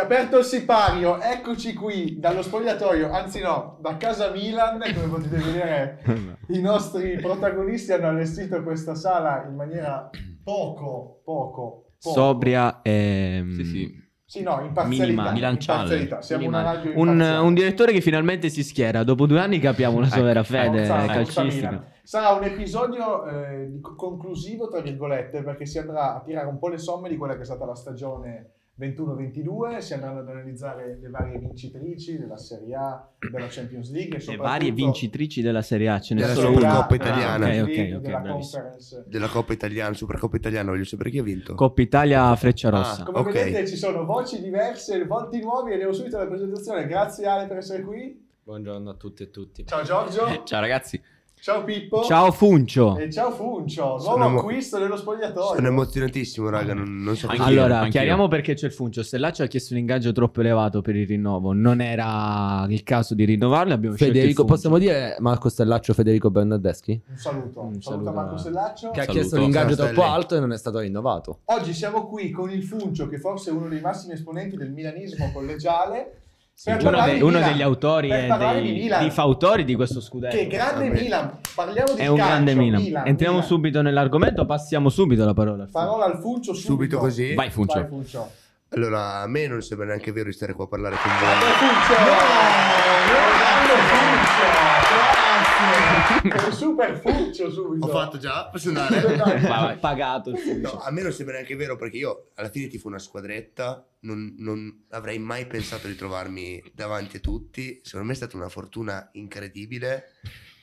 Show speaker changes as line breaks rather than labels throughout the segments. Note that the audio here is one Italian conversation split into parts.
aperto il sipario, eccoci qui dallo spogliatoio, anzi no, da casa Milan, come potete vedere i nostri protagonisti hanno allestito questa sala in maniera poco, poco, poco.
Sobria mm, e...
Sì, sì.
Sì, no, imparzialità.
Minima-
milanciale.
imparzialità. Siamo una
Minimale.
radio
Un,
imparziale.
un direttore che finalmente si schiera. Dopo due anni capiamo la sua
Ecco,
vera
Forza-
fede
forza
calcistica.
Milan. Sarà un episodio eh, di- conclusivo, tra virgolette, perché si andrà a tirare un po' le somme di quella che è stata la stagione 21-22, si andranno ad analizzare le varie vincitrici della Serie A, della Champions League e
Le
soprattutto
varie vincitrici della Serie A, ce ne
della
sono
Serie A,
una.
della
Ah,
Coppa
ok,
italiana.
ok,
Champions League,
ok,
della
bravissimo.
Conference.
della Coppa Italiana, Supercoppa Italiana, voglio sapere chi ha vinto.
Coppa Italia
Ah,
Freccia Rossa.
Come
Ok.
vedete ci sono voci diverse, volti nuovi e devo subito la presentazione. Grazie Ale per essere qui.
Buongiorno a tutti e tutti.
Ciao Giorgio,
eh, Ciao ragazzi.
ciao Pippo
Eh, Ciao Funcio.
e ciao Funcio, nuovo
Sono emo-
acquisto dello spogliatoio.
Sono emozionatissimo, raga, non, non so
Anch'io,
allora,
anch'io.
chiariamo perché c'è il Funcio. Stellaccio ha chiesto un ingaggio troppo elevato per il rinnovo. Non era il caso di rinnovarlo. Abbiamo scelto
Federico,
il Funcio.
possiamo dire Marco Stellaccio Federico Bernardeschi?
Un saluto,
Un
un saluto
saluto
a Marco
a-
Stellaccio.
Che ha
Saluto.
chiesto un ingaggio
Ciao,
troppo
Stelli.
alto e non è stato rinnovato.
Oggi siamo qui con il Funcio, che forse è uno dei massimi esponenti del milanismo collegiale. per
uno,
Cioè, parlare
de-
di
uno
Milan.
degli autori
Per
e
parlare
dei,
di Milan.
dei fautori di questo scudetto.
Che grande
Vabbè.
Milan! Parliamo di
È un
calcio,
grande Milan. Entriamo
Milan.
subito nell'argomento, passiamo subito la parola. al Funcio.
Parola al Funcio subito.
subito così.
Vai Funcio.
Vai Funcio.
Allora, a me non sembra neanche vero di stare qua a parlare con
Vai
voi.
Funcio! Grande Funcio! Grazie! Un super Funcio subito.
Ho fatto già, posso
Vai,
andare?
vai.
Ha pagato il Funcio.
No, a me non sembra neanche vero perché io alla fine tifo una squadretta, non, non avrei mai pensato di trovarmi davanti a tutti. Secondo me è stata una fortuna incredibile.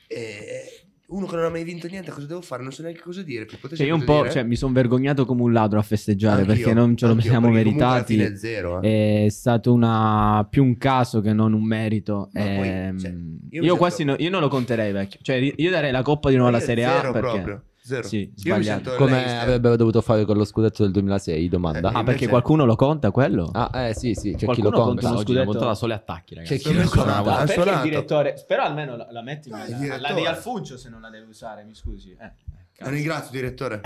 E uno che non ha mai vinto niente, cosa devo fare? Non so neanche cosa dire. Pippo, te
Cioè,
sai
io un
cosa
po',
dire?
cioè, mi sono vergognato come un ladro a festeggiare
Anch'io,
perché non ce lo
anch'io,
siamo
perché comunque alla
meritati.
fine è zero, eh.
È stato una, più un caso che non un merito.
Ma poi,
Ehm,
cioè, io mi
io
sento-
quasi no- io non lo conterei vecchio. Cioè, ri- io darei la coppa di nuovo alla
Io
Serie A
zero
perché Ah,
proprio, zero.
Sì,
Io mi
sbagliato.
sento
Come
Leicester.
avrebbero dovuto fare con lo scudetto del 2006? Domanda.
Eh,
Ah,
Invece-
perché qualcuno lo conta quello?
Ah, eh sì, sì, c'è chi
Qualcuno
lo
conta
conta.
lo
Oggi
scudetto.
una puntata solo attacchi, ragazzi.
C'è chi
Non
lo
è
conta.
suonato.
Ah,
Ha
perché il
suonato.
direttore, però almeno la, la metti
Dai,
la-
direttore.
la devi al Funcio se non la devi usare, mi scusi. Eh,
La
cazzo.
ringrazio, direttore.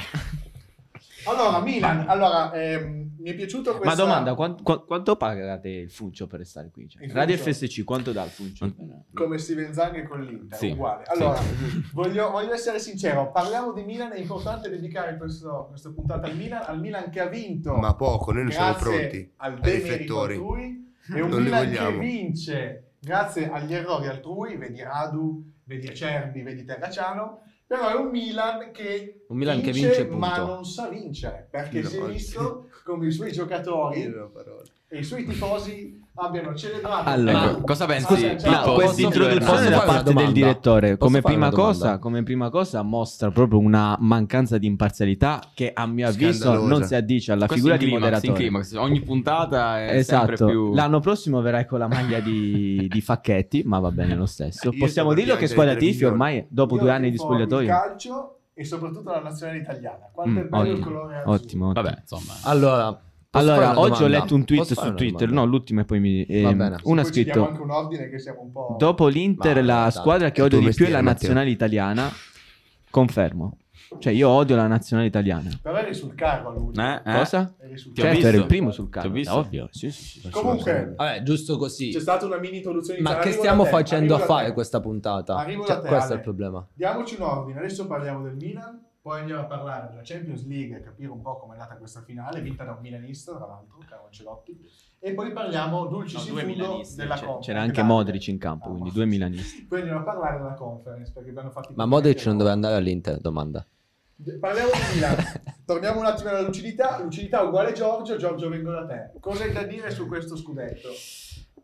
Allora, Milan, allora, ehm, mi è piaciuto
Ma
questa...
domanda, quan- qua- quanto pagate il Funcio per restare qui? Cioè,
Il
Radio
Funcio?
FSC, quanto dà il Funcio?
come Steven Zang con l'Inter,
Sì.
uguale. Allora, voglio, voglio essere sincero, parliamo di Milan, è importante dedicare questo, questa puntata al Milan, al Milan che ha vinto.
Ma poco, noi non siamo
grazie
pronti.
al
ai
demerito
riflettori.
altrui, è un
Non li
Milan che
vogliamo.
vince grazie agli errori altrui, vedi Radu, vedi Acerbi, vedi Terraciano, però è un Milan che
Un Milan che vince, punto.
ma non sa vincere, perché
No,
si è
sì.
visto come i suoi giocatori
Io non ho parole.
e i suoi tifosi abbiano celebrato.
Allora,
Ecco,
cosa pensi,
scusa,
Pippo?
ciao.
No,
Posso-
questa
posso
introduzione
fare
da
una
parte del
domanda?
direttore, come
Posso fare
prima,
una domanda?
cosa, come prima cosa, mostra proprio una mancanza di imparzialità che a mio avviso
Scandalosa.
non si addice alla
Questo
figura
in
di
climax, in
moderatore.
climax. Ogni puntata è sempre
Esatto,
più...
l'anno prossimo verrai con la maglia di, di Facchetti, ma va bene lo stesso.
Io
Possiamo
sto per
dirlo che
piangere
squadra
per
tifi
milioni.
ormai dopo
Io
due anni di
tifo Il
spogliatoio.
calcio e soprattutto la nazionale italiana. Quanto
Mm,
è bello il
ottimo,
colore azzurro.
ottimo. ottimo.
Vabbè, insomma.
Allora, posso fare
Allora,
una
oggi ho
domanda?
letto un tweet
Posso fare
su
una
Twitter, no,
domanda?
l'ultima e poi mi...
Va
ehm,
bene.
uno ha
Poi ci diamo
scritto...
anche un ordine che siamo un po'.
Dopo l'Inter,
Ma,
la
dai,
squadra che
è il
odio
tuo
di più è la
mestiere, Matteo.
nazionale italiana. Confermo. Cioè, io odio la nazionale italiana.
Però eri sul carro all'ultimo.
Eh, eh.
Cosa?
Eri sul
Ti ho
carro.
certo,
visto.
ero il primo sul campo.
Ti ho visto.
Ovvio. Sì, sì, sì.
Comunque,
Vabbè, giusto così.
c'è stata una mini introduzione di
Ma che
Arrivo
stiamo
da te,
facendo a
arrivo da
fare
te.
questa puntata?
Arrivo da
Cioè,
te,
questo
Ale.
è il problema.
Diamoci un ordine. Adesso parliamo del Milan. Poi andiamo a parlare della Champions League e capire un po' com'è andata questa finale, vinta da un milanista, tra l'altro, caro Ancelotti. E poi parliamo dulcis
No,
in
due cioè,
fundo
milanisti,
della
c'è-
Conference.
C'era anche
Grande.
Modric in campo,
Ah,
quindi
ma-
due milanisti.
Poi andiamo a parlare della Conference, perché vi hanno fatti...
Ma Modric non doveva andare all'Inter, domanda.
Parliamo di Milan. Torniamo un attimo alla lucidità. Lucidità uguale Giorgio. Giorgio, vengo da te. Cosa hai da dire su questo scudetto?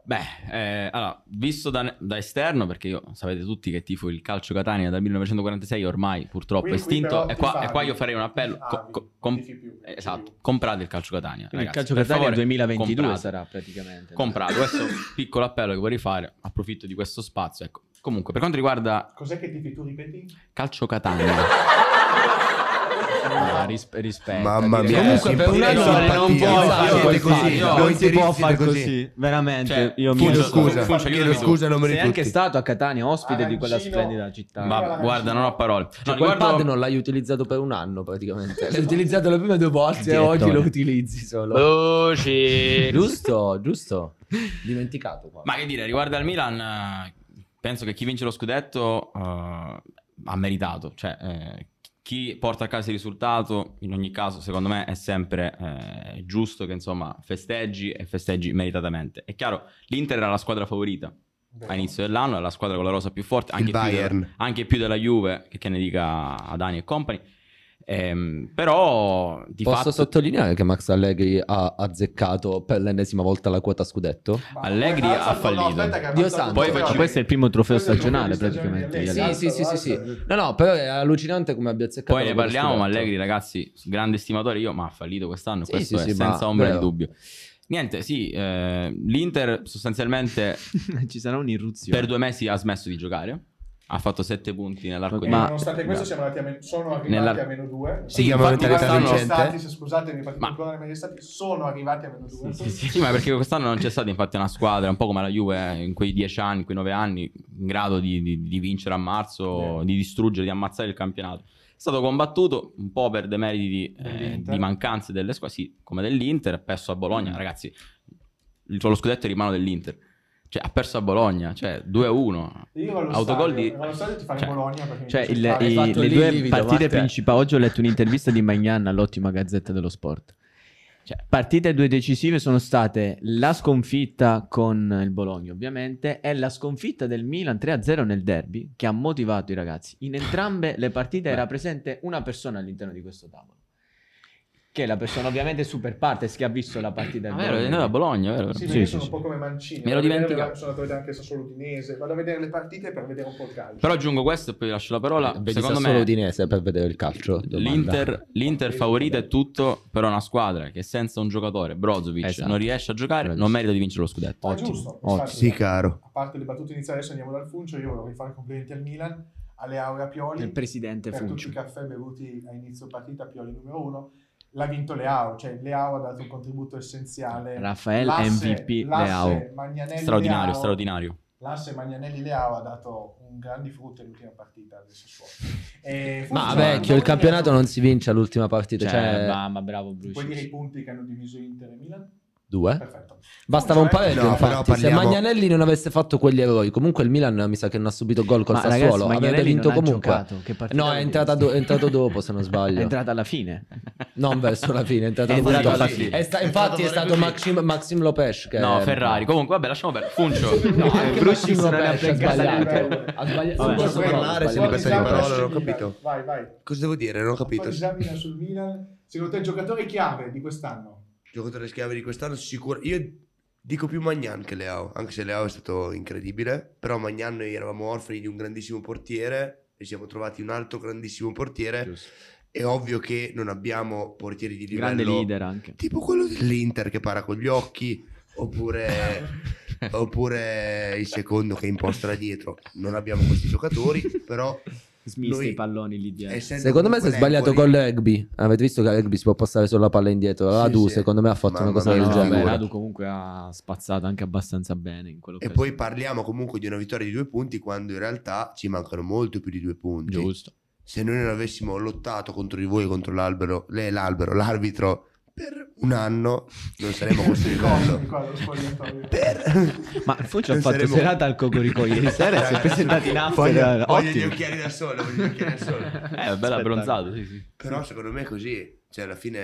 Beh, eh, allora, visto da, da esterno, perché io sapete tutti che tifo il calcio Catania dal 1946 ormai purtroppo
Qui-
è
qui
estinto,
però
e
ti
qua,
favi.
e qua io farei un appello.
Ti favi,
co- co-
non
com-
ti fai più, non ti fai
esatto,
più.
comprate il calcio Catania.
Quindi il
ragazzi,
calcio
per
Catania
favore,
2022
comprate.
sarà praticamente.
Comprate, questo è un piccolo appello che vorrei fare, approfitto di questo spazio. Ecco. Comunque, per quanto riguarda
Cos'è che ti tu ripeti?
calcio Catania,
Allora, ris- rispetta.
Mamma
direi.
mia,
Comunque,
sì,
per
sì,
una
sì,
cosa
siete
non puoi
così,
fare
siete
così.
così,
No,
voi
non si può
siete
fare
così.
così. Veramente,
Cioè,
io mi
Funge-
Chiedo
funge-
scusa,
io
chiedo
lo vedo.
scusa a nome
Sei
di
anche
tutti.
stato a Catania ospite di quella
Arancino.
splendida città.
Ma-
Ma guarda, non ho parole. No,
Cioè, quel
riguardo-
pad non l'hai utilizzato per un anno praticamente. L'hai utilizzato le prime due volte e oggi
Direttore.
lo utilizzi solo.
Luci.
giusto, giusto. Dimenticato qua.
Ma che dire, riguardo al Milan, eh, penso che chi vince lo scudetto eh, ha meritato. Cioè, eh, chi porta a casa il risultato, in ogni caso, secondo me è sempre eh, giusto che insomma festeggi e festeggi meritatamente. È chiaro, l'Inter era la squadra favorita a inizio dell'anno, è la squadra con la rosa più forte, anche
Il
più della-
Bayern.
anche più della Juve, che, che ne dica Adani e compagni. Ehm, però di
Posso
fatto
sottolineare che Max Allegri ha azzeccato per l'ennesima volta la quota scudetto?
Ma
Allegri
poi alza-
ha
no,
fallito.
aspetta che ha
Dio
alzato
santo.
il
Poi
trofeo.
facci-
questo è il primo trofeo
Questo è il primo
stagionale,
trofeo
praticamente,
stagionale.
di
Sì,
Alza,
sì, sì, sì,
alza.
sì. No, no, però è allucinante come abbia azzeccato.
Poi ne
la quota
parliamo, ma
scudetto.
Allegri, ragazzi, grande stimatore io, ma ha fallito quest'anno,
Sì,
questo
sì,
è
sì, ma-
senza ombra di
vero.
dubbio. Niente, sì, eh, l'Inter sostanzialmente
Ci sarà un'irruzione.
per due mesi ha smesso di giocare, ha fatto sette punti nell'arco
E
di...
Ma-
nonostante questo siamo andati a men- sono arrivati
Nella-
a meno 2.
Si chiama mentalità vincente?
Scusatemi, infatti,
Ma-
ancora non è stati, sono arrivati a meno 2.
Sì, sì, sì, ma perché quest'anno non c'è stata infatti una squadra, un po' come la Juve eh, in quei dieci anni, in quei nove anni, in grado di, di- di vincere a marzo,
Vero.
di distruggere, di ammazzare il campionato. È stato combattuto un po' per demeriti di, eh,
Dell'Inter.
di mancanze delle squadre, sì, come dell'Inter, ha perso a Bologna, ragazzi, il, lo scudetto è in mano dell'Inter. Cioè, ha perso a Bologna, cioè 2-1.
Io allo
Autogol
stadio,
di-
vado allo stadio e ti fai
cioè-
Bologna perché mi Esatto.
Cioè,
piace
il-
fare-
i-
fatto
le
lì,
due
livido,
partite
Matteo.
principali. Oggi ho letto un'intervista di Magnan all'ottima Gazzetta dello Sport. Cioè, partite due decisive sono state la sconfitta con il Bologna, ovviamente, e la sconfitta del Milan 3-0 nel derby che ha motivato i ragazzi. In entrambe le partite era presente una persona all'interno di questo tavolo. Che è la persona, ovviamente, super partes che ha visto la partita del
Ah, vero, è andato a Bologna, vero?
Sì,
Sì,
perché
sì,
sono
sì.
un po' come Mancini.
Me lo
Vado a vedere-
dimentico.
Sono andato a vedere anche Sassuolo Udinese. Vado a vedere le partite per vedere un po' il calcio.
Però aggiungo questo e poi vi lascio la parola.
Eh, Vedi
Secondo
Sassuolo
me
Udinese per vedere il calcio. domanda.
L'Inter, l'Inter favorita è tutto, però è una squadra che senza un giocatore, Brozovic,
Esatto.
non riesce a giocare, non
Bravissimo.
merita di vincere lo scudetto.
Ma
ottimo,
Ah, giusto.
ottimo.
infatti,
Sì, caro.
A parte le battute iniziali, adesso andiamo dal Funcio. Io volevo fare i complimenti al Milan, alle Aurea Pioli.
Il presidente
per tutti
Funcio.
i caffè bevuti a inizio partita, Pioli numero uno. L'ha vinto Leao, cioè Leao ha dato un contributo essenziale.
Raffaele MVP Leao.
straordinario,
Straordinario,
straordinario.
L'asse Magnanelli Leao ha dato un grandi frutto nell'ultima partita del Sassuolo. E
Ma
Funzio-
Ah, vecchio, il campionato non si vince all'ultima partita,
Cioè,
cioè,
ma, ma bravo
Puoi dire i
Bruce.
punti che hanno diviso Inter e Milan?
due.
Perfetto.
Bastava un pareggio,
No,
infatti.
però
Se
parliamo-
Magnanelli non avesse fatto quegli eroi, comunque il Milan mi sa che non ha subito gol col Sassuolo, avrebbe vinto comunque. No, è, entrata do- è entrato dopo, se non
È
sbaglio.
entrata alla fine.
Non verso la fine, è entrato,
È
molto
entrato alla
dopo.
fine.
È sta- infatti è stato Maxim, Maxim Lopes che
No, Ferrari. Comunque, vabbè, lasciamo perdere. Funcio.
No, anche
Bruce
Maxim
se ne ha
Lopes ha
beccata
sbagliato.
neanche.
Ha
Vabbè.
sbagliato. Non posso
Puoi parlare,
parlare,
se
se
ne libertà di
Quanti esami
parola, non ho
sul Milan?
capito.
Vai, vai.
Cosa devo dire? Non ho capito.
Quanti esami sul Milan? Secondo te il giocatore chiave di quest'anno?
Giocatore schiave di quest'anno sicuro. Io dico più Magnan che Leao, anche se Leao è stato incredibile, però Magnan noi eravamo orfani di un grandissimo portiere e siamo trovati un altro grandissimo portiere. È ovvio che non abbiamo portieri di livello
Grande leader anche.
tipo quello dell'Inter che para con gli occhi oppure oppure il secondo che imposta da dietro. Non abbiamo questi giocatori, però
Smista
Lui-
i palloni lì dietro.
essendo
Secondo me si è
comunque
sbagliato
Napoli-
col rugby. Avete visto che al rugby si può passare solo la palla indietro.
Sì,
Radu,
sì.
secondo me, ha fatto
Mamma
una cosa
mia,
del
no,
genere.
beh,
Radu comunque ha spazzato anche abbastanza bene in quello
E poi parliamo comunque di una vittoria di due punti quando in realtà ci mancano molto più di due punti.
Giusto.
Se noi non avessimo lottato contro di voi, contro l'albero, le- l'albero, l'arbitro, per un anno non saremmo a questo
Ricordami
livello.
qua lo spogliatoio.
Eh, Per...
Ma Fucci ha
Non
fatto
saremmo-
serata al Cocorico ieri sera e si è
Ragazzi,
presentato in
Voglio,
after.
voglio gli
eh, Ottimo.
occhiali da sole, voglio gli occhiali da sole.
Eh, bello abbronzato, sì, sì.
Però secondo me è così. Cioè alla fine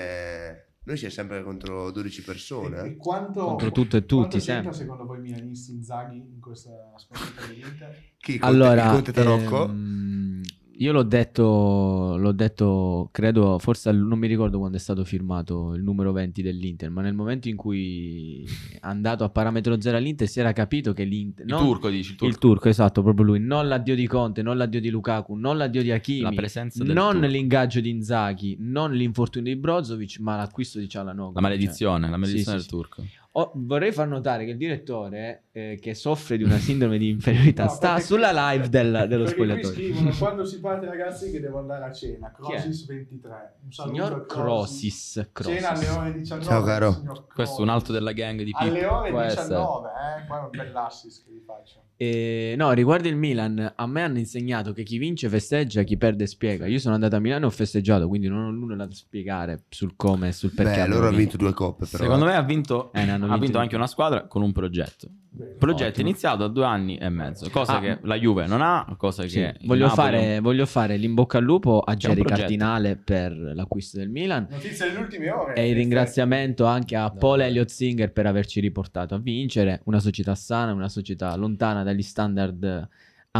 noi siamo sempre contro 12
E-
persone. eh.
e quanto,
Contro tutto
quanto
e tutti,
c'entra,
sempre.
secondo voi milanisti Inzaghi in questa sconfitta dell'Inter?
Chi? Conte,
Allora,
Conte Tarocco?
ehm, io l'ho detto, l'ho detto, credo, forse al- non mi ricordo quando è stato firmato il numero 20 dell'Inter, ma nel momento in cui è andato a parametro zero all'Inter si era capito che l'Inter...
Il
non-
turco, dici, il turco.
Il turco, esatto, proprio lui. Non l'addio di Conte, non l'addio di Lukaku, non l'addio di
La
Hakimi,
presenza del
non
turco.
l'ingaggio di Inzaghi, non l'infortunio di Brozovic, ma l'acquisto di Cialanoglu.
La maledizione, la maledizione
Sì, sì,
del turco.
Cioè, Oh, vorrei far notare che il direttore, eh, che soffre di una sindrome di inferiorità,
No,
sta
perché-
sulla live del- Ah, dello
Perché qui
spogliatoio.
scrivono, quando si parte ragazzi che devo andare a cena,
è?
Crosis 23. Un saluto
Signor
al Crosis.
Crosis.
Cena alle
Crosis.
ore 19.
Ciao, caro.
signor
Questo è un altro della gang di Pippo.
Alle ore
Può
19, eh? Qua è un bell'assist che vi faccio.
Eh, no, riguardo il Milan, a me hanno insegnato che chi vince festeggia, chi perde spiega. Io sono andato a Milano e ho festeggiato, quindi non ho nulla da spiegare sul come e sul perché.
Beh,
abbiamo
loro hanno
vinto.
vinto due coppe, però.
Secondo me ha vinto,
Eh, ne hanno
ha
vinto
vinto
due.
anche una squadra con un progetto.
Bene.
Progetto
Ottimo.
iniziato a due anni e mezzo, cosa
Ah.
che la Juve non ha, cosa
Sì,
che il
voglio,
Napoli-
fare, voglio fare l'imbocca al lupo a
C'è un
Jerry
progetto.
Cardinale per l'acquisto del Milan.
Notizie delle ultime ore.
E il ringraziamento anche a
No,
Paul
no.
Elliott Singer per averci riportato a vincere. Una società sana, una società lontana dagli standard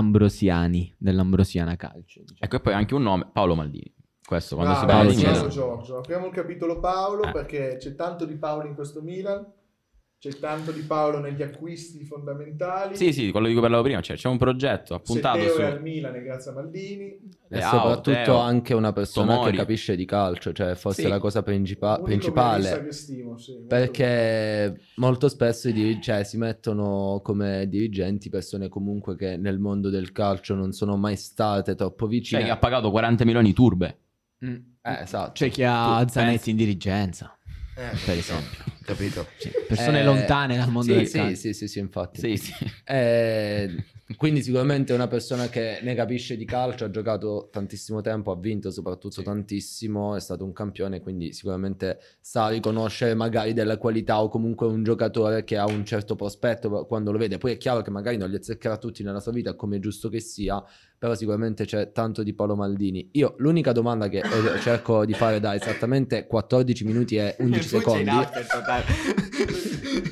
ambrosiani dell'ambrosiana calcio. diciamo.
Ecco, e poi anche un nome, Paolo Maldini. Questo quando si
Bravo,
parla di
bravo,
Milan.
Ciao Ah, Giorgio, apriamo il capitolo Paolo
Eh.
perché c'è tanto di Paolo in questo Milan, c'è tanto di Paolo negli acquisti fondamentali.
Sì, sì, quello di cui parlavo prima, cioè c'è un progetto appuntato
Setteo
su eh,
è al Milan e grazie a Maldini.
E
Leao,
soprattutto
Teo,
anche una persona
Tomori.
che capisce di calcio, cioè fosse
Sì.
la cosa principa-
Unico
principale.
milanista che stimo, sì, molto
Perché molto spesso i dirigenti si mettono come dirigenti persone comunque che nel mondo del calcio non sono mai state troppo
Cioè,
vicine.
che ha pagato 40 milioni di turbe.
Eh, esatto.
C'è chi ha
Tu
Zanetti
pensi-
in dirigenza,
Eh,
per esempio.
Capito?
Sì, persone
Eh,
lontane dal mondo
sì,
del
sì,
calcio.
Sì, sì, sì, infatti.
Sì, sì.
Eh, quindi sicuramente è una persona che ne capisce di calcio, ha giocato tantissimo tempo, ha vinto soprattutto tantissimo, è stato un campione, quindi sicuramente sa riconoscere magari della qualità o comunque un giocatore che ha un certo prospetto quando lo vede. Poi è chiaro che magari non li azzeccherà tutti nella sua vita, come è giusto che sia, però sicuramente c'è tanto di Paolo Maldini. Io l'unica domanda che eh, cerco di fare da esattamente 14 minuti e 11 secondi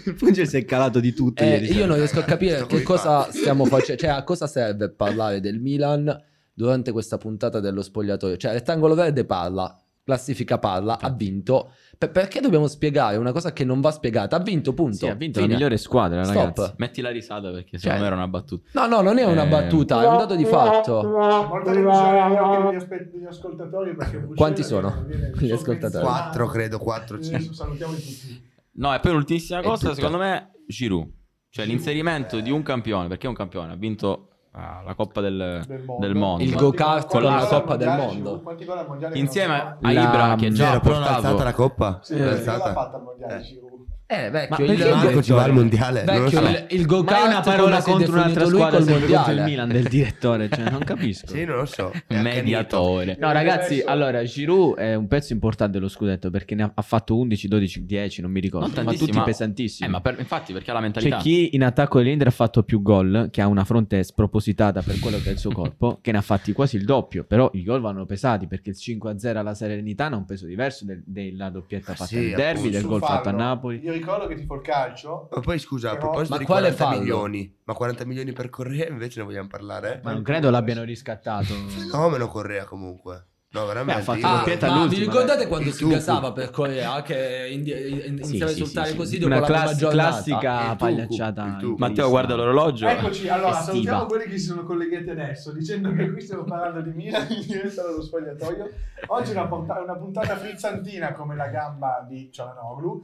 Il Funge si è calato di tutto.
Eh,
ieri sera.
io non riesco a capire
Sto
che
coi
cosa
fatti.
stiamo facendo, cioè a cosa serve parlare del Milan durante questa puntata dello spogliatoio. Cioè, Rettangolo Verde parla, classifica parla, ha vinto. Per- perché dobbiamo spiegare una cosa che non va spiegata? Ha vinto, punto.
Sì, ha vinto
Fine.
la migliore squadra,
Stop.
ragazzi.
Metti la risata perché
Cioè-
secondo me era una battuta.
No, no, non è una
Eh,
battuta, è un dato di fatto.
Molta revisione agli occhi degli, aspe- degli ascoltatori perché Brucella
Quanti sono
viene- viene
gli ascoltatori?
sovvenzionato.
Quattro, credo, quattro,
Eh,
cinque.
Salutiamo tutti.
No, e poi l'ultimissima
È
cosa,
tutto.
secondo me, Giroud. Cioè
Giroud,
l'inserimento
eh.
di un campione, perché è un campione, ha vinto ah, la Coppa del...
Del mondo.
Del mondo.
Il
Quanti gol-
go-kart
quanti
con la
gol al
Coppa del
mondiale,
Mondo.
Quanti gol al mondiale che non
Insieme
si fa?
a
La-
Ibra che già
Vero,
ha
però l'ha alzata la
portato...
coppa.
Sì,
L'ha
perché
alzata.
l'ha fatta al mondiale
Eh.
Giroud.
Eh,
Ma
vecchio, il,
perché
Marco ci va al mondiale. non lo
vecchio,
so.
il, il go-kart
Ma è una parola
come si è
contro un'altra
definito lui
squadra,
col
sempre contro il
mondiale.
Milan del direttore, cioè non capisco.
Sì, non lo so. È accanito.
Mediatore.
No, ragazzi,
Adesso-
allora Giroud è un pezzo importante dello scudetto perché ne ha- ha fatto 11, 12, 10, non mi ricordo,
Non
ma
tantissimo,
tutti
ma-
pesantissimi.
Eh, ma per- infatti perché ha la
C'è
mentalità.
chi in attacco dell'Inter ha fatto più gol, che ha una fronte spropositata per quello che è il suo corpo, che ne ha fatti quasi il doppio, però i gol vanno pesati perché il 5-0 alla Serenitana ha un peso diverso del- della doppietta
Ah,
fatta
sì,
al derby,
appunto,
del
Sul
gol fatto a
fallo.
Napoli.
Io ricordo che tifo il calcio.
Ma poi scusa, a
Però-
proposito
Ma
di
quale
40
fallo?
milioni, ma 40 milioni per Correa invece ne vogliamo parlare?
Ma non credo l'abbiano riscattato.
Fenomeno Correa comunque. No, veramente.
Beh, ha fatto
io-
Ah,
doppietta
ma vi
all'ultima,
ricordate
eh.
quando
Il
si
tuffo.
gasava per Corea che indi- in-
Sì,
iniziava
sì,
a insultare
sì, sì.
così dopo
Una
la prima
classi-
giornata?
classica
Il tucu, il
pagliacciata.
tucu.
Matteo guarda l'orologio.
Eccoci, allora
Estiva.
salutiamo quelli che si sono collegati adesso dicendo che qui stiamo parlando di Milan in diretta dallo spogliatoio. Oggi è una, porta- una puntata frizzantina come la gamba di Cialanoglu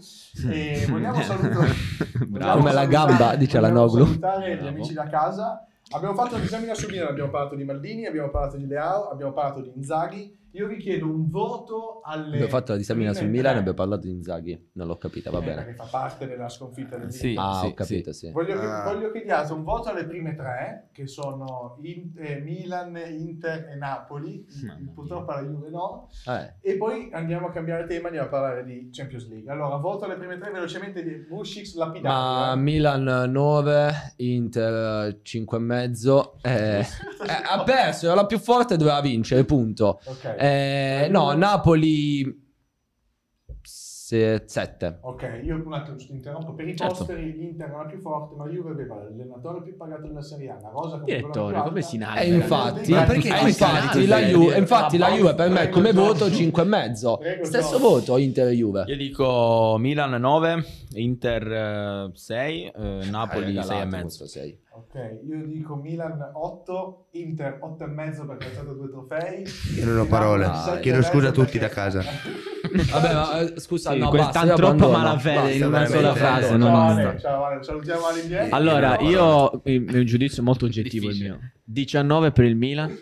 e Eh, vogliamo salutare
Eh. Bravo.
Come la gamba di Cialanoglu.
Vogliamo salutare gli
Bravo.
amici da casa. Abbiamo fatto l'esame su Milan, abbiamo parlato di Maldini, abbiamo parlato di Leao, abbiamo parlato di Inzaghi. Io vi chiedo un voto alle
Abbiamo fatto la disamina
prime
sul Milan e
tre.
abbiamo parlato di Inzaghi, non l'ho capita, va
Eh,
bene.
Perché fa parte della sconfitta del
Sì.
Milan.
Ah,
sì,
ho capito, sì.
Voglio, che,
Ah.
voglio che diate un voto alle prime tre, che sono In- eh, Milan, Inter e Napoli.
Mamma mia.
Purtroppo la Juve no.
Eh,
E poi andiamo a cambiare tema, andiamo a parlare di Champions League. Allora, voto alle prime tre velocemente di Bushix
Ma
lapidario. eh.
Milan 9, Inter 5,5. Eh, eh, ha perso, era la più forte e doveva vincere, punto.
Ok.
Eh, no, Napoli 7.
Ok, io un attimo ti interrompo. Per i
Certo.
posteri l'Inter era la più forte, ma la Juve aveva l'allenatore più pagato della Serie A, la rosa con
Direttore, come si inalza?
E Eh, infatti,
Ma perché
eh,
fai
infatti,
tanto,
la
eh,
Juve,
dire-
infatti la
Ma
Juve per me
prego,
come
Giorgio.
voto 5,5.
Prego,
Stesso
Giorgio.
voto Inter e Juve.
Io dico Milan 9, Inter 6, Napoli
Eh,
Ah,
6 e
regalato
mezzo.
questo sei.
Ok, io dico Milan 8, Inter 8 e mezzo perché ha alzato due trofei.
Io non ho parole.
Napoli sette
Chiedo
e mezzo
scusa a
perché-
tutti da casa.
Vabbè, ma eh, scusa,
Sì,
no,
quel-
basta,
tan-
io
troppa
abbandono.
malafede
Basta,
in una
veramente.
sola frase. Non
Ciao,
basta.
Ale, ciao, Ale, salutiamo Ale Indielli.
Allora,
Eh,
No,
io è un giudizio molto oggettivo il
Difficile.
mio. 19 per il Milan,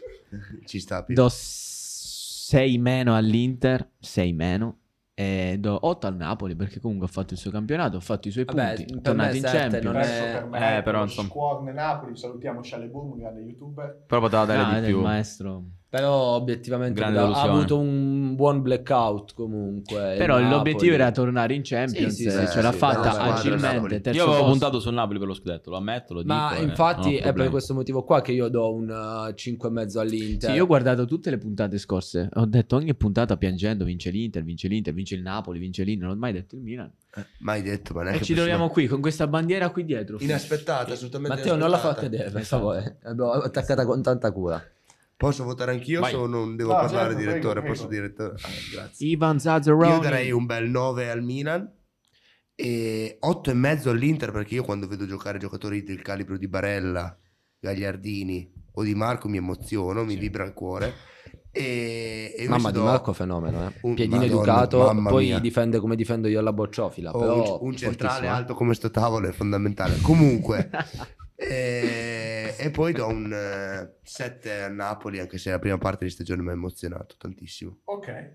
Ci sta più.
do 6 meno all'Inter, 6 meno e do 8 al Napoli perché comunque ha fatto il suo campionato, ha fatto i suoi
Vabbè,
punti, è
per
tornato
me
in
sette
Champions.
non
Adesso
è-
per me,
eh, però,
lo
insomma.
Squorn Napoli, salutiamo Shaleboom, grande youtuber.
Però poteva dare
Ah,
di
del
più.
maestro.
Però obiettivamente
Grande
ha
delusione.
avuto un buon blackout comunque. il
Però
Napoli.
l'obiettivo era tornare in Champions,
Sì, sì,
eh,
sì,
ce l'ha
sì,
fatta
però la squadra
del
agilmente.
Napoli.
Terzo
Io avevo
posto.
puntato sul Napoli per lo scudetto, lo ammetto, lo dico.
Ma
eh, non
infatti
ho
è per
problemi.
questo motivo qua che io do un eh, 5,5 all'Inter.
Sì, io ho guardato tutte le puntate scorse. Ho detto ogni puntata piangendo: vince l'Inter, vince l'Inter, vince il Napoli, vince l'Inter. Non ho mai detto il Milan.
Mai detto, ma
E
neanche
ci
possiamo-
troviamo qui con questa bandiera qui dietro.
Inaspettata, assolutamente.
Matteo non la fa
inaspettata.
cadere, per favore.
Esatto.
L'ho attaccata con tanta cura.
Posso votare anch'io
Vai.
o non devo
No,
parlare,
certo, prego,
direttore?
prego.
Posso direttore? Ah, grazie.
Ivan Zazzaroni.
Io darei un bel 9 al Milan e 8 e mezzo all'Inter perché io quando vedo giocare giocatori del calibro di Barella, Gagliardini o Di Marco mi emoziono, mi vibra il cuore. E, e
Mamma
invece
di
do
Marco fenomeno, eh.
un-
Piedino
Madonna,
educato,
mamma
poi
mia.
difende come difendo io alla bocciofila,
Oh,
però
un, un centrale
fortissimo, eh.
alto come sto tavolo è fondamentale. Comunque, e, e poi do un 7 a Napoli, anche se la prima parte di stagione mi ha emozionato tantissimo.
Ok.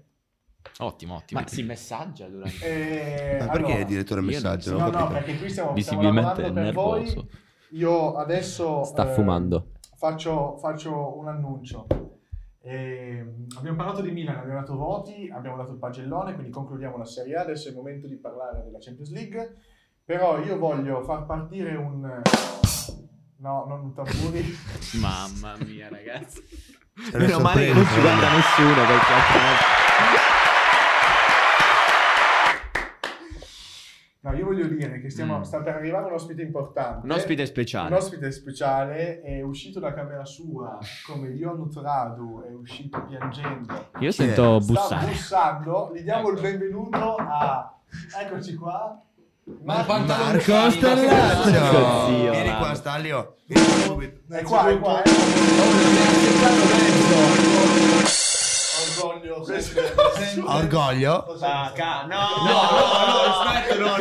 Ottimo, ottimo.
Ma si messaggia durante.
Eh,
Ma perché
allora-
il direttore
io non
messaggio?
No,
Non ho
no,
capito.
perché qui stiamo, stiamo
Visibilmente
lavorando per
nervoso.
voi. Io adesso...
Sta
eh,
fumando.
Faccio, faccio un annuncio. Ehm, abbiamo parlato di Milan, abbiamo dato voti, abbiamo dato il pagellone, quindi concludiamo la Serie A. Adesso è il momento di parlare della Champions League. Però io voglio far partire un... No, non un tamburi.
Mamma mia, ragazzi.
C'è una
Meno male che non ci
sorpresa.
guarda nessuno perché altrimenti-
No, io voglio dire che stiamo,
Mm.
sta per arrivare un ospite importante.
Un ospite speciale.
Un ospite speciale è uscito da camera sua come Ion Tradu, è uscito piangendo.
Io sento
Sta
bussare.
bussando, gli diamo il
Ecco.
benvenuto a... Eccoci qua.
Marco
Marco,
Stellaccio
zio,
vieni
Marco.
qua Stallio vieni qua subito.
È qua, è qua. eh. Orgoglio, sempre, sempre.
orgoglio
Ah, no,
rispetto no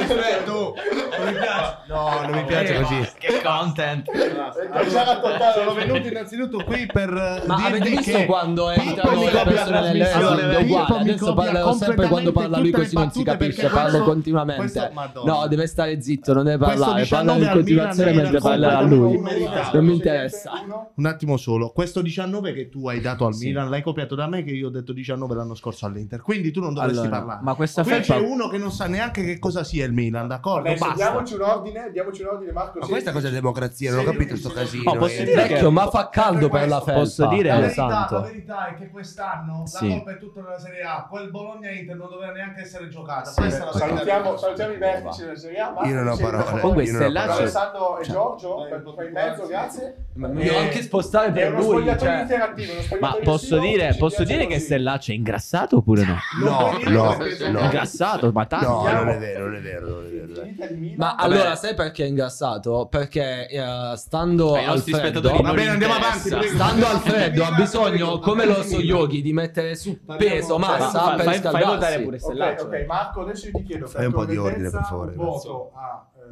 rispetto non mi piace no non mi
Eh,
piace così
Che content.
È già raccontato,
Sono venuto innanzitutto qui per eh,
Ma avete
dirvi
visto
che
quando entrano
mi
le
copia la
persone nelle
trasmissione,
aziende
eh.
uguali?
Pippo mi
Adesso
copia
parla sempre quando parla lui
completamente
così non si
tutte le
capisce,
battute perché
parla
questo-
continuamente.
questo- Madonna.
No, deve stare zitto, non deve
Questo
parlare, parla
19
in
al
continuazione
Milan
mentre
era
parla a
completamente
lui.
meritato.
Non mi interessa.
Uno.
un attimo solo questo 19 che tu hai dato al
Sì.
Milan l'hai copiato da me che io ho detto 19 l'anno scorso all'Inter quindi tu non dovresti
Allora,
parlare
ma questa
qui c'è
felpa
uno che non sa neanche che cosa sia il Milan d'accordo
Adesso
basta
diamoci un ordine, diamoci un ordine Marco.
ma
sì.
questa cosa è democrazia non ho
Sì,
capito
sì,
sto
sì.
casino
No, posso
eh.
dire-
Vecchio, ma fa caldo per la felpa. Eh,
Posso dire-
Dio
la verità, la
santo.
verità è che quest'anno
Sì.
la colpa è tutta nella Serie A. Quel Bologna-Inter non doveva neanche essere giocata.
Sì,
Questa è la
salutiamo,
verità.
salutiamo i vertici della Serie A. Marco,
io non ho
sì, per
parole
favore.
Comunque,
io non ho
Stellaccio-
Allora,
parole.
Alessandro e
Ciao.
Giorgio,
Vai,
per,
vai,
per in mezzo,
vai.
grazie.
Ma mi
Eh,
devo anche spostare
È
per
uno
lui.
spogliatoio
cioè.
interattivo, uno spogliatoio
Ma posso
visivo,
dire,
ci
posso
piace
dire che
così.
Stellaccio è ingrassato oppure no?
no
Non
no
puoi dire
no
Ingrassato, ma tanto.
no non è vero non è vero non è vero dai.
Finita di Milan.
Ma allora, sai perché è ingrassato? Perché eh, stando
Ai
al
nostri
freddo,
spettatori
Va
non
bene, andiamo
interessa.
avanti, prego.
stando al freddo, ha
Prego,
bisogno,
prego.
come lo so yogi, di mettere su peso,
Parliamo-
massa
Fai-
per
fai
scaldarsi.
votare pure
Ok,
Stellaccio.
ok, Marco, adesso io ti chiedo
Fai un po' di ordine, per favore,
Un voto a eh,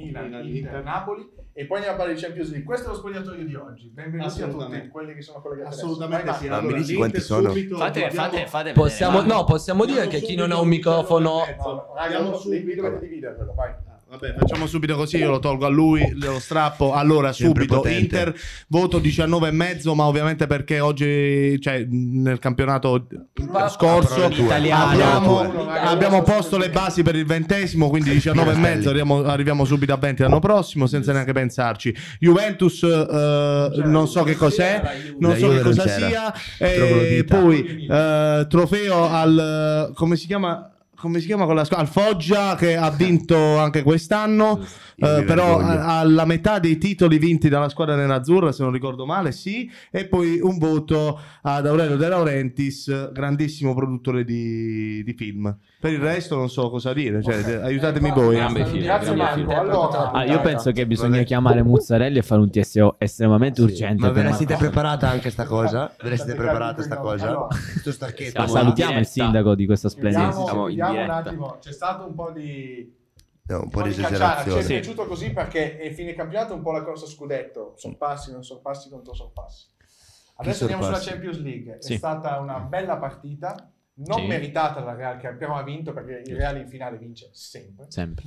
Milan,
Milan,
Inter,
Inter.
Napoli e poi andiamo a parlare di Champions League. Questo è lo spogliatoio di oggi. Benvenuti a tutti
Assolutamente.
quelli che sono collegati. adesso.
Assolutamente
Vai,
sì.
Marco.
Ma mi
Allora,
dici
l'Inter
quanti sono?
subito
Fate,
vogliamo-
fate, fate
Possiamo,
vedere.
no, possiamo dire
Andiamo
che chi
subito
non ha un
in Italia
microfono...
per mezzo.
No, raga,
Andiamo
lo-
subito.
vi dovete dividervelo, vai.
Vabbè, facciamo subito così, io lo tolgo a lui, lo strappo. Allora, subito
potente.
Inter, voto 19 e mezzo, ma ovviamente perché oggi, cioè, nel campionato scorso,
Parola tua.
Italiano.
abbiamo,
Parola tua.
abbiamo posto le basi per il ventesimo, quindi 19 e mezzo, arriviamo, arriviamo subito a 20 l'anno prossimo, senza neanche pensarci. Juventus, eh, non so che cos'è, non
La
so
Juve
che
non
cosa
c'era.
sia. eh,
Troglodita.
E poi eh, trofeo al come si chiama? come si chiama quella squadra? Al Foggia che ha vinto anche quest'anno.
Io
Eh,
mi
però
vergogno.
a- alla metà dei titoli vinti dalla squadra nerazzurra, se non ricordo male, sì. E poi un voto ad Aurelio De Laurentiis, grandissimo produttore di, di film. Per il resto non so cosa dire, cioè,
Ok.
eh, aiutatemi
Eh,
voi.
basta,
Grande film,
Grazie
grande
Marco.
film.
Allora,
Ah, io penso che bisogna
Vabbè.
chiamare Muzzarelli e fare un TSO estremamente urgente.
Ma ve
per
la
Marco.
siete preparata anche sta cosa? Ve la siete
Aspettate,
preparata sta
allora,
cosa? Questo stacchetto.
Ah,
Siamo
qua?
salutiamo il sindaco di questa splendida
Chiudiamo,
città.
Siamo in
chiudiamo un
diretta.
attimo, c'è stato un po' di,
No, un
un
po' di
cacciara, ci cioè, è
esagerazione.
Sì.
piaciuto così perché è fine campionato un po' la corsa a scudetto, sorpassi, non sorpassi, contro sorpassi. Adesso andiamo sulla
sorpassi?
Champions League, è
Sì.
stata una bella partita, non
Sì.
meritata dal Real che però ha vinto perché il Real in finale vince sempre.
Sempre.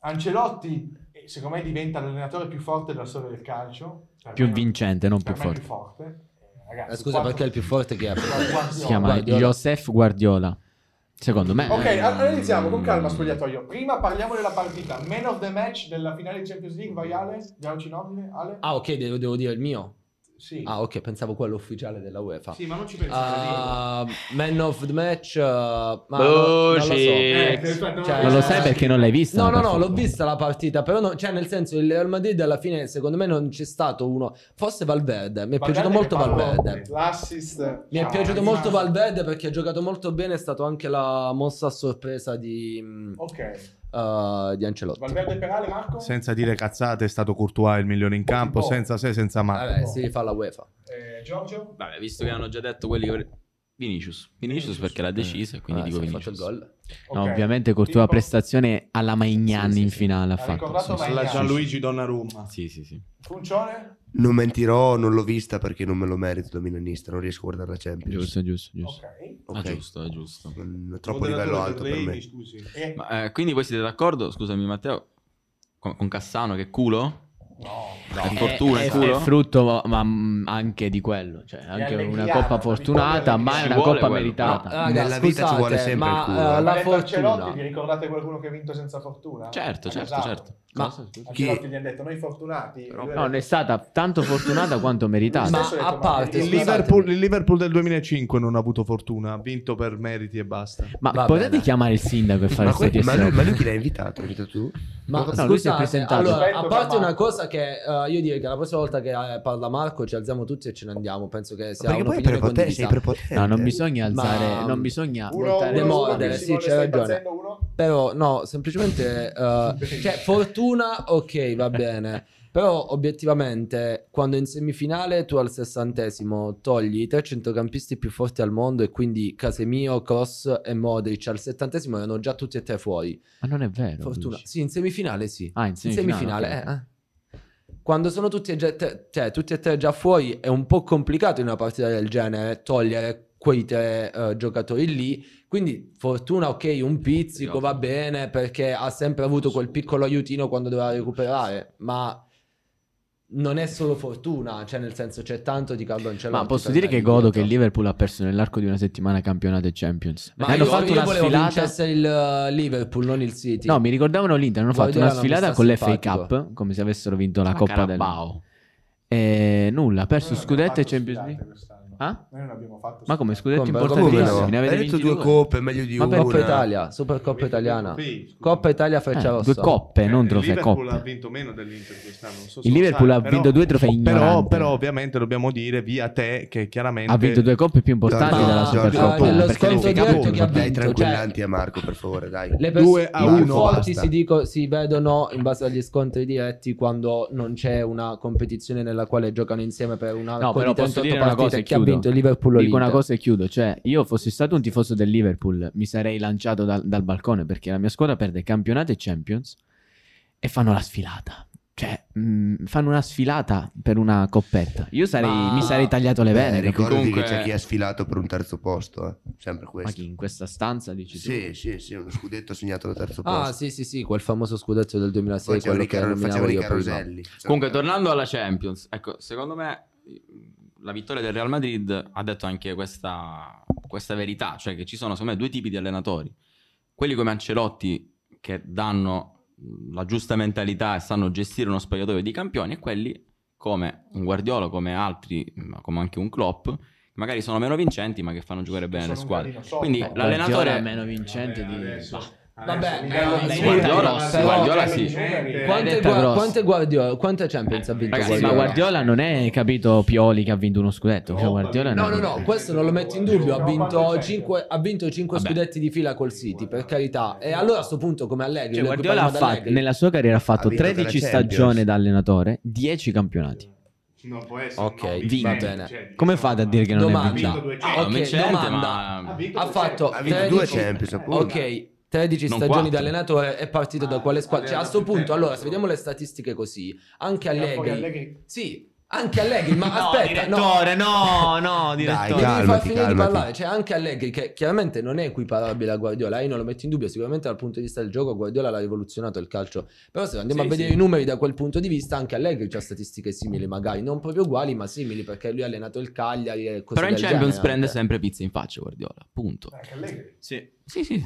Ancelotti eh, secondo me diventa l'allenatore più forte della storia del calcio, Per
Più
me-
vincente, non
per
più
me
forte.
più forte. Eh, ragazzi,
Eh, scusa,
quattro-
perché è il più forte che è?
Guardiola.
Si chiama
Guardiola.
Joseph Guardiola. Secondo me.
Ok,
eh,
allora iniziamo con calma spogliatoio. Prima parliamo della partita. Man of the match della finale di Champions League, vai Ale, diamoci nobile, Ale.
Ah, ok, devo, devo dire il mio.
Sì.
Ah, ok, pensavo quello ufficiale della UEFA.
Sì, ma non ci pensi.
Ah, man of the match. eh, ma no- non lo so.
Eh,
Bullshit.
Cioè,
Non lo sai perché non l'hai vista?
No,
la
no, no,
partita?
l'ho vista la partita, però no- cioè nel senso il Real Madrid alla fine secondo me non c'è stato uno, forse Valverde, mi è piaciuto molto Valverde.
L'assist.
Mi è
Ah,
piaciuto
ma-
molto Valverde perché ha giocato molto bene, è stata anche la mossa a sorpresa di, mh,
Ok.
eh, di Ancelotti.
Valverde per Ale, Marco?
Senza dire cazzate, è stato Courtois il migliore in campo,
Oh.
senza se, senza ma.
Vabbè, si fa la UEFA.
Eh, Giorgio?
Vabbè, visto che hanno già detto quelli che... vole- Vinicius. Vinicius perché l'ha deciso e quindi
Eh,
Ah,
dico
sì, ha fatto
Vinicius.
il gol.
No,
Ok.
ovviamente Courtois
Tipo-
prestazione alla Maignan
Sì, sì,
in
sì.
finale ha
Ha
fatto.
ricordato
sì, sì.
Maignan.
Donnarumma.
Sì, sì, sì.
Funcione?
Non mentirò, non l'ho vista perché non me lo merito da milanista, non riesco a guardare la Champions.
Giusto, giusto, giusto.
Ok.
Ah,
Ok.
giusto, ah, giusto.
Mm, Troppo livello alto per me.
E-
Ma, eh, quindi voi siete d'accordo, scusami Matteo, con, con Cassano che culo?
No.
È fortuna,
è,
è
è
culo?
frutto ma, mm, anche di quello, cioè anche
allegriana,
una coppa
vittoria
fortunata, ma è una
allegriana. Ci vuole
coppa
quello,
meritata.
Ah,
Nella
raga,
vita ci vuole
scusate,
sempre
ma,
il culo,
eh,
eh.
Ma
la
detto Ancelotti, vi
fortuna.
ricordate qualcuno che ha vinto senza fortuna?
Certo,
Ha
certo,
casato.
certo.
Ma-
Cosa?
Ancelotti gli ha detto noi fortunati.
Però-
Lui ha
No, non è
detto-
stata tanto fortunata quanto meritata.
Ma
Adesso ho detto,
a
eh. ma il
parte,
Il
scusatemi.
Liverpool, il Liverpool del 2005 non ha avuto fortuna, ha vinto per meriti e basta.
Ma
Va
potete
bene.
chiamare il sindaco e fare
Ma,
questo
que- ma lui,
TSO?
ma lui chi l'ha invitato? L'hai invitato tu?
Ma
No, lui si è
scusate,
presentato.
allora, a
Aspetto,
parte
Marco.
una cosa che eh, io direi che la prossima volta che eh, parla Marco ci alziamo tutti e ce ne andiamo, penso che
Perché
sia
poi è
un'opinione
prepotente, sei
condivisa.
prepotente.
No, non bisogna
Ma-
alzare, non bisogna
Uno, uno,
voltare Ah, le
uno,
modere,
spalle.
che
sì,
Simone
c'è
sta
ragione.
impazzendo, uno.
Però no, semplicemente eh, cioè fortuna ok, va bene. Però obiettivamente quando in semifinale tu al sessantesimo togli i tre centrocampisti più forti al mondo e quindi Casemiro, Cross e Modric al settantesimo erano già tutti e tre fuori.
Ma non è vero.
Fortuna.
dici.
Sì, in semifinale sì.
Ah, in
In
semifinale.
semifinale,
ok.
eh, eh. Quando sono tutti e, già- te- cioè, tutti e tre già fuori è un po' complicato in una partita del genere togliere quei tre eh, giocatori lì. Quindi fortuna, ok,
Eh,
un pizzico va
esatto.
bene perché ha sempre avuto quel piccolo aiutino quando doveva recuperare, ma non è solo fortuna, cioè nel senso c'è tanto di Carlo Ancelotti.
Ma posso
per
dire
me
che
dietro.
godo che il Liverpool ha perso nell'arco di una settimana campionato e Champions.
Ma
Ne hanno
io,
fatto
io
una
volevo
sfilata.
vincesse il eh, Liverpool, non il City.
No, mi ricordavano l'Inter, hanno
Voglio
fatto una
dire, non mi
sfilata
sta
con l'FA
simpatico.
Cup, come se avessero vinto
Ah,
la
Ma
Coppa del
Carabao.
Eh, nulla, ha perso
Noi non
scudetto e
abbiamo
Champions
fatto
League.
sfilate quest'anno.
Ah?
Noi non abbiamo fatto
Ma come
sfilate.
scudetto
Come,
Come no?
importantissimo, ne
Hai
avete
detto
vinti
due coppe, meglio di
Vabbè,
una.
Coppa Italia, Super Coppa Italiana. Coppa Italia freccia
Eh,
rossa.
due coppe, non trofei,
Il Liverpool
coppe.
ha vinto meno dell'Inter quest'anno. non so se
Il
lo
Liverpool
sai,
ha
però-
vinto due trofei
Però,
ignoranti.
però ovviamente dobbiamo dire via te che chiaramente
ha vinto due coppe più importanti
Ma-
della
Ma-
Supercoppa.
Ma-
perché
nello
l'FA
scontro
Cup-
diretto che ha
Dai
vinto,
tranquillanti a Marco, per favore, dai.
Le
Due a
i più
uno,
forti
basta.
si, dico- si vedono in base agli scontri diretti quando non c'è una competizione nella quale giocano insieme per una
No, però posso dire una cosa e
chi ha
chiudo.
vinto il Liverpool o
Dico una
l'Inter.
cosa e chiudo, cioè io fossi stato un tifoso del Liverpool mi sarei lanciato dal, dal balcone perché la mia squadra perde campionato e Champions e fanno la sfilata, cioè mh, fanno una sfilata per una coppetta, io sarei,
Ma-
mi sarei tagliato le
Beh,
vene, capito?
ricordati
Comunque-
che c'è chi ha sfilato per un terzo posto, eh. sempre
ma
questo.
chi in questa stanza dici tu?
Sì, sì, sì, uno scudetto segnato al terzo
Ah,
posto.
sì, sì, sì, quel famoso scudetto del 2006
Poi c'erano
quello
i
che
caro-
nominavo
facevano i
io prima.
caroselli.
Comunque,
Certo.
tornando alla Champions, ecco, secondo me la vittoria del Real Madrid ha detto anche questa, questa verità, cioè che ci sono secondo me due tipi di allenatori. Quelli come Ancelotti che danno mh, la giusta mentalità e sanno gestire uno spogliatoio di campioni e quelli come un Guardiola, come altri, mh, come anche un Klopp, magari sono meno vincenti, ma che fanno giocare bene le
Sono un
squadre.
gradino sotto.
Quindi
Eh,
Guardiola Cioè, è
l'allenatore
meno vincente di...
Vabbè, eh,
sì,
Guardiola,
Guardiola sì.
Quante,
detto
gua-
grosso.
quante Guardiola, quante Champions ha vinto
Ragazzi,
Sì, ma Guardiola non è capito Pioli che ha vinto uno scudetto. cioè, Guardiola
No,
è
no,
una-
no, questo non lo metto in dubbio. Ha
No, quando
vinto
c'è?
5, ha vinto cinque
Vabbè.
scudetti di fila col City, per carità. E allora a sto punto, come Allegri,
Cioè,
da cui
Guardiola ha
parliamo da
fatto,
Allegri-
nella sua carriera ha fatto
vinto della
13
Champions.
stagioni da allenatore, 10 campionati.
Non può essere.
Ok,
no,
va
vincente,
bene.
cioè,
Come fate a dire che non
Domanda.
è vincente?
Ah,
non
ok,
vincente,
domanda.
Ha
ma
vinto
Ha
due
fatto
Champions.
Ha vinto
13
due Champions, appunto.
Ok, 13
Non
stagioni
quattro.
da allenatore è partito da
Ah,
quale squadra? Cioè, a sto
allenatore più
punto, allora, se
tempo.
vediamo le statistiche così, anche
Era fuori
Allegri.
Allegri.
Sì, anche Allegri, ma aspetta, no.
no, no,
Mi devi far
Calmati,
finire di
calmati.
parlare. C'è anche Allegri che chiaramente non è equiparabile a Guardiola. Io non lo metto in dubbio. Sicuramente dal punto di vista del gioco, Guardiola l'ha rivoluzionato il calcio. Però se andiamo
Sì,
a vedere
sì.
i numeri da quel punto di vista, anche Allegri ha statistiche simili, magari non proprio uguali, ma simili perché lui ha allenato il Cagliari e cose
Però in
del
Champions
genere
prende
anche.
sempre pizza in faccia Guardiola, punto.
Anche Allegri.
Sì, sì.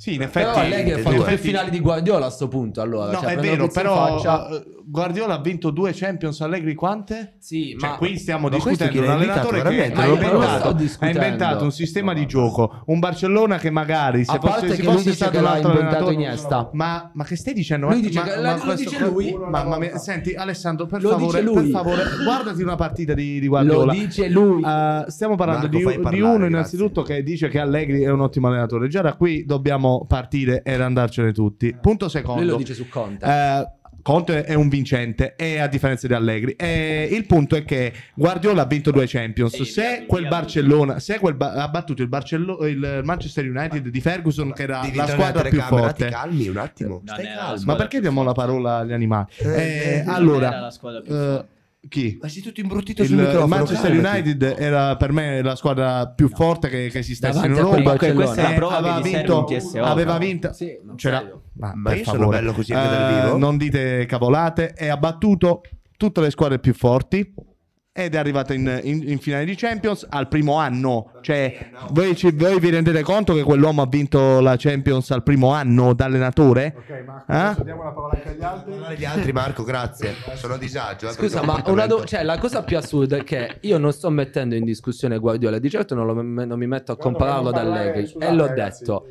Sì, in
Però
effetti.
Allegri ha
in
fatto tre
effetti-
finali di Guardiola a sto punto. Allora,
eh, No,
Cioè,
è
prende
vero,
pizza in
però
faccia.
eh, Guardiola ha vinto due Champions, Allegri quante?
Sì,
Cioè,
ma
qui stiamo
Ma questo
discutendo
chi
un
l'ha invitato,
allenatore che
veramente?
ha
Ma io non lo sto
inventato, ha
discutendo.
inventato un sistema di
No,
gioco, un Barcellona che magari se
a parte
fosse, se
che non
fosse
dice
stato
che
un
l'ha
altro
inventato
allenatore
Iniesta.
Ma, ma che stai dicendo?
Lui
Ma-
dice
ma-
che-
ma
lo
questo-
dice lui.
Uno Mamma mia, senti Alessandro, per
Lo
favore,
dice lui.
per favore, guardati una partita di, di
Lo
Guardiola.
dice lui.
Eh, stiamo parlando
Marco,
di,
fai
di
parlare,
uno
grazie.
innanzitutto che dice che Allegri è un ottimo allenatore. Già da qui dobbiamo partire ed andarcene tutti. Punto
Lui lo
secondo.
dice su Conte.
Eh, Conte è un vincente e a differenza di Allegri. E il punto è che Guardiola ha vinto due Champions. Se quel Barcellona, se quel Ba- ha battuto il, Barcello- il Manchester United di Ferguson, che era
Devi
la
entrare
squadra
nella
più
telecamera, Ti
forte.
calmi un attimo.
Non
Stai
era la
calmo.
Ma
squadra più
perché diamo la
forte.
parola agli animali?
Eh,
Eh,
eh,
Era la
allora,
squadra più
eh, chi?
Ma sei tutto imbruttito
Il
sul microfono.
Manchester
calmati.
United era per me la squadra più
No.
forte che, che esistesse
Davanti a
in
quel
Europa.
Barcellona.
Cioè, Questa è la prova
aveva
che gli serve
vinto-
un TSO.
aveva
però.
vinto
Sì, no,
c'era-
serio.
Ma,
Ma
per
io sono
favore.
bello così anche dal
Eh,
vivo?
Non dite cavolate. E ha battuto tutte le squadre più forti. Ed è arrivata in, in- in finale di Champions al primo anno. Cioè, voi, ci- voi vi rendete conto che quell'uomo ha vinto la Champions al primo anno da allenatore?
Ok, Marco,
Eh?
adesso diamo la parola anche agli altri.
Parlare agli altri, Marco, grazie. Sono a disagio. eh,
Scusa,
per
ma
il mio
una do-
comportamento.
cioè, la cosa più assurda è che io non sto mettendo in discussione Guardiola, di certo non, lo- non mi metto a compararlo ad Allegri, e l'ho detto.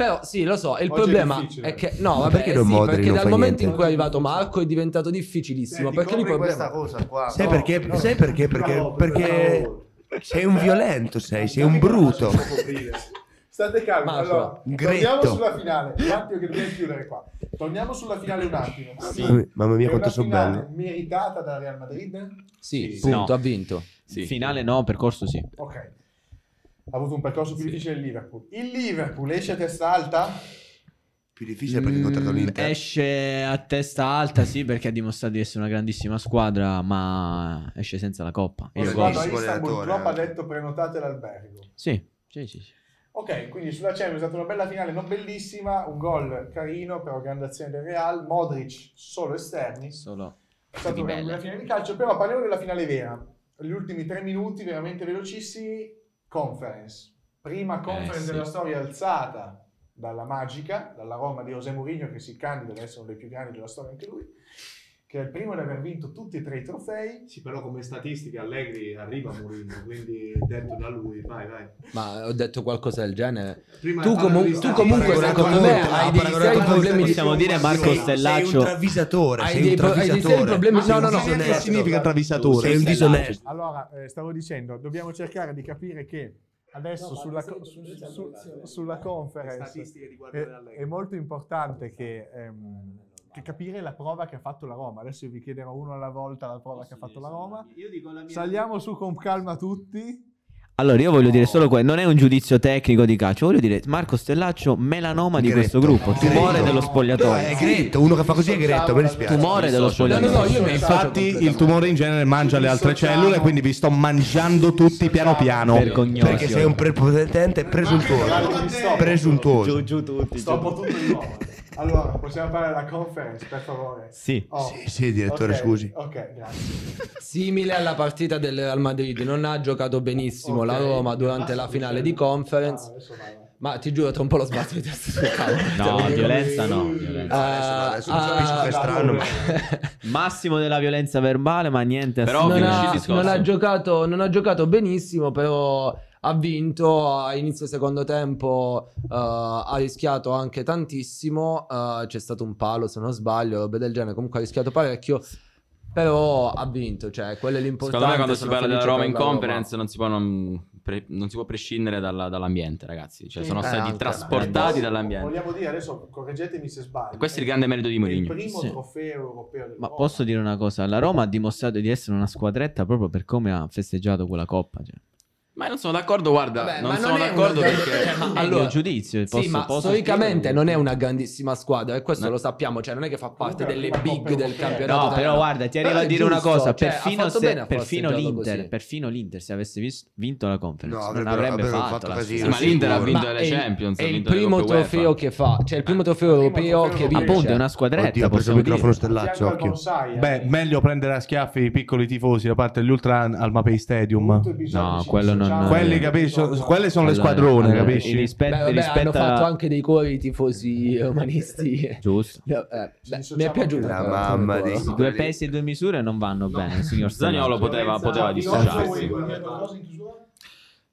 Però sì, lo so, il
Oggi è
problema
difficile.
è che... No,
Ma
vabbè,
perché
eh
non
sì,
moderi,
perché
non
dal
fai
momento in
niente?
cui è arrivato Marco è diventato
Eh,
difficilissimo, perché lui problema...
cosa qua.
Sai perché? sai perché? Perché,
bravo,
perché
bravo.
sei un violento, sei, sei un bruto.
State calmi,
Ma-
allora, torniamo
Gretto.
sulla finale. Un attimo che dobbiamo chiudere qua. Torniamo sulla finale un attimo.
Mamma- Mamma mia,
È
quanto
una
sono
finale
bello.
meritata dal Real Madrid?
Sì,
Sì,
punto,
no.
ha vinto.
Sì.
Finale no, percorso sì.
Ok. Ha avuto un percorso più difficile del Liverpool. Il Liverpool esce a testa alta?
Più difficile perché ho incontrato
Mm,
l'Inter.
Esce a testa alta, sì, perché ha dimostrato di essere una grandissima squadra, ma esce senza la coppa. E
Io
Lo
io
sguardo a
godo.
Istanbul,
allenatore,
Klopp ha
anche.
detto prenotate l'albergo.
Sì, sì, sì. sì.
Ok, quindi sulla Champions è stata una bella finale, non bellissima, un gol carino, però grande azione del Real, Modric solo esterni, è
Solo
stata una
bella.
bella finale di calcio, però parliamo della finale vera, gli ultimi tre minuti veramente velocissimi, conference, prima conference
sì.
della storia alzata dalla Magica, dalla Roma di José Mourinho che si candida ad essere uno dei più grandi della storia anche lui, che è il primo ad aver vinto tutti e tre i trofei,
Sì, però come statistica Allegri arriva a Mourinho, quindi detto da lui, vai, vai.
Ma ho detto qualcosa del genere.
Prima
Tu,
parlo
comu-
di
tu
statistica.
comunque,
paragonato
secondo
a
me,
Conte,
hai
ha
dei
paragonato
seri
a Conte,
problemi di...
possiamo dire Marco
Sei- Sei
Stellaccio.
un travisatore,
Hai
sei
dei
un
pro- hai dei seri
travisatore.
problemi-
Sei
no,
un
no, no,
Sai che
disonesto.
significa travisatore?
Sei un disonesto.
Allora, eh, stavo dicendo, dobbiamo cercare di capire che adesso sulla, co- su- su- sulla conference
statistiche di
è,
Guardiola Allegri.
è molto importante che, ehm, che capire la prova che ha fatto la Roma. Adesso io vi chiederò uno alla volta la prova che ha fatto la Roma.
Io dico la mia
Saliamo su con calma tutti.
Allora, io voglio dire solo questo, non è un giudizio tecnico di calcio, voglio dire Marco Stellaccio, melanoma di
Gretto.
questo gruppo, tumore
Gretto.
dello
No,
Eh,
spogliatoio.
è gretto, uno che fa così è gretto, me ne spiace.
Tumore dello
No, no,
spogliatoio.
no, io mi
Infatti il tumore in genere mangia le altre
Dissociamo.
cellule, quindi vi sto mangiando tutti piano piano.
Vergognoso.
Perché sei un prepotente e presuntuoso. Presuntuoso.
giù tutti.
Stoppo tutto di nuovo. Allora, possiamo fare la conference, per favore?
Sì.
Oh,
Sì, sì, direttore,
ok,
scusi.
Ok, grazie.
Simile alla partita del Real Madrid, non ha giocato benissimo la
Ok.
Roma durante la finale di conference.
Ah, adesso vai, vai.
Ma ti giuro, tra un po' lo sbatto di testa sul cavolo. Cioè,
No,
Te lo dico.
violenza no. violenza.
Ah,
Eh, adesso, no, adesso capisco
ah,
che è strano, ma
Massimo della violenza verbale, ma niente.
Però
assolutamente.
non,
finisci il
ha,
discorso.
non ha giocato, non ha giocato benissimo, però ha vinto a inizio secondo tempo, eh, ha rischiato anche tantissimo, eh, c'è stato un palo se non sbaglio, robe del genere, comunque ha rischiato parecchio, però ha vinto, cioè quello è l'importante.
Secondo me quando si
sono
parla della
felice
Roma
per
in
la Roma.
conference non si può, non, pre- non si può prescindere dalla- dall'ambiente, ragazzi. Cioè,
Sì,
sono
eh,
stati
anche,
trasportati
Adesso,
dall'ambiente.
Vogliamo dire, adesso correggetemi se sbaglio.
Questo è
eh,
il grande merito di
è il
Mourinho.
primo
Sì.
trofeo europeo del
Ma
Roma.
posso dire una cosa? La Roma ha dimostrato di essere una squadretta proprio per come ha festeggiato quella coppa. Cioè.
Ma io non sono d'accordo, guarda,
Vabbè,
non
ma
sono
non è uno
d'accordo
grande-
perché...
Cioè, ma
È il
allora-
mio giudizio.
Sì, ma storicamente non è una grandissima squadra e questo lo sappiamo, cioè non è che fa parte
Comunque,
delle
ma
big
proprio-
del campionato.
No, però
italiano.
guarda, ti arrivo
Però
a
è
dire una
giusto,
cosa.
cioè, ha
perfino,
fatto
se-
bene a
perfino,
festeggiarlo
l'Inter,
così.
perfino l'Inter, se avesse vis- vinto la conference,
No,
non
avrebbero-
avrebbe
avrebbero
fatto,
fatto
la
casino.
stessa
Sì, ma l'Inter ha
sicuro.
vinto
Ma
le
è il-
Champions,
è
ha
il
vinto le
primo
Coppe UEFA.
trofeo che fa, cioè
Ah,
il primo trofeo
primo
europeo
trofeo
che
europeo.
vince.
Appunto, è una squadretta.
Oddio, ho preso
possiamo
il microfono
dire.
stellaccio,
Fianco al
occhio.
Bonsai,
Beh,
eh.
meglio prendere a schiaffi i piccoli tifosi da parte degli Ultra al Mapei Stadium.
Tutto episodio
No,
ci-
quello non-
sociale.
Quelli,
Eh,
capisci? Sono- quelle sono le squadrone,
allora,
capisci?
Beh,
rispetto-
vabbè,
rispetto
hanno
a-
fatto anche dei cori i tifosi umanisti.
Giusto.
Ci
No, eh, beh, mi è
dissociamo
piaciuta
la
però,
mamma
come
di-
cosa.
Due pesi e due misure non vanno bene, signor
Zaniolo
Stellato.
poteva, poteva
Di
dissociarsi.
Rossi, vuoi
dissociarsi.
dire qualcosa in chiusura?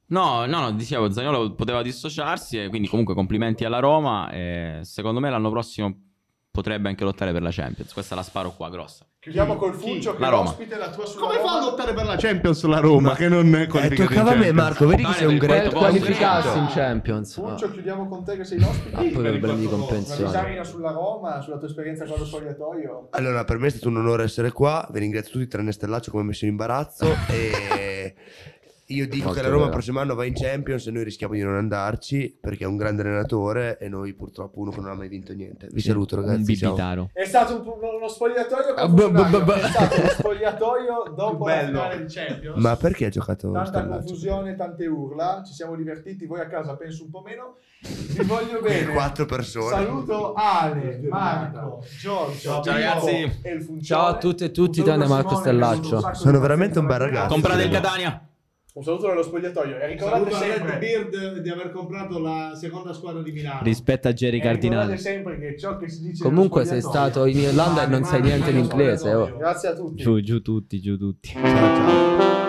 No, no, no, dicevo, Zaniolo poteva dissociarsi e quindi comunque complimenti alla Roma e secondo me l'anno prossimo potrebbe anche lottare per la Champions. Questa la sparo qua grossa.
Chiudiamo col Fulcio che
La
è
Roma.
ospite la tua sulla
Come
Roma.
fa a lottare per la Champions la Roma? che non è
Eh,
qualificata
toccava a
in
me,
Champions?
Marco. Vedi che
Dai,
sei un
dai,
Per
greco.
Posso-
qualificarsi
Posso-
in Champions.
Fulcio,
Ah,
chiudiamo con te che sei l'ospite.
ah, pure per
Una
belli
Una
compensioni.
disamina sulla Roma, sulla tua esperienza con lo spogliatoio.
Allora, per me è stato un onore essere qua. Vi ringrazio tutti, tranne Stellaccio come mi messo in imbarazzo. e io dico
Molto
che la Roma
vero.
il prossimo anno va in Champions e noi rischiamo di non andarci perché è un grande allenatore e noi purtroppo uno che non ha mai vinto niente. Vi saluto,
Un
ragazzi. ciao.
bibitaro.
È stato un- uno spogliatoio
Ah, beh, beh,
confusionario. È
beh, beh.
stato uno spogliatoio dopo la
Bello.
finale di Champions.
Ma perché ha giocato
Tanta
Stellaccio?
confusione, tante urla, ci siamo divertiti, voi a casa penso un po' meno. Vi voglio
Per
bene.
quattro persone.
Saluto Ale, Marco, Giorgio,
Ciao,
Pippo
ragazzi.
e il Funcione.
Ciao a tutte e tutti,
Un saluto
tranne
a
Marco
Simone, che ha
Stellaccio.
avuto sacco di pazienza
Sono veramente un bel
con me.
ragazzo.
Comprate il
Sì.
Catania!
Un saluto dallo spogliatoio e ricordate
Saluto a Red
sempre,
Beard di aver comprato la seconda squadra di Milano.
Rispetto a Jerry
e ricordate
Cardinale.
sempre che ciò che si dice nello
Comunque sei
spogliatoio-
stato in Irlanda e non sai niente l'inglese. Oh.
Grazie a tutti.
Giù, giù tutti, giù tutti.
Ciao, ciao.
Ciao.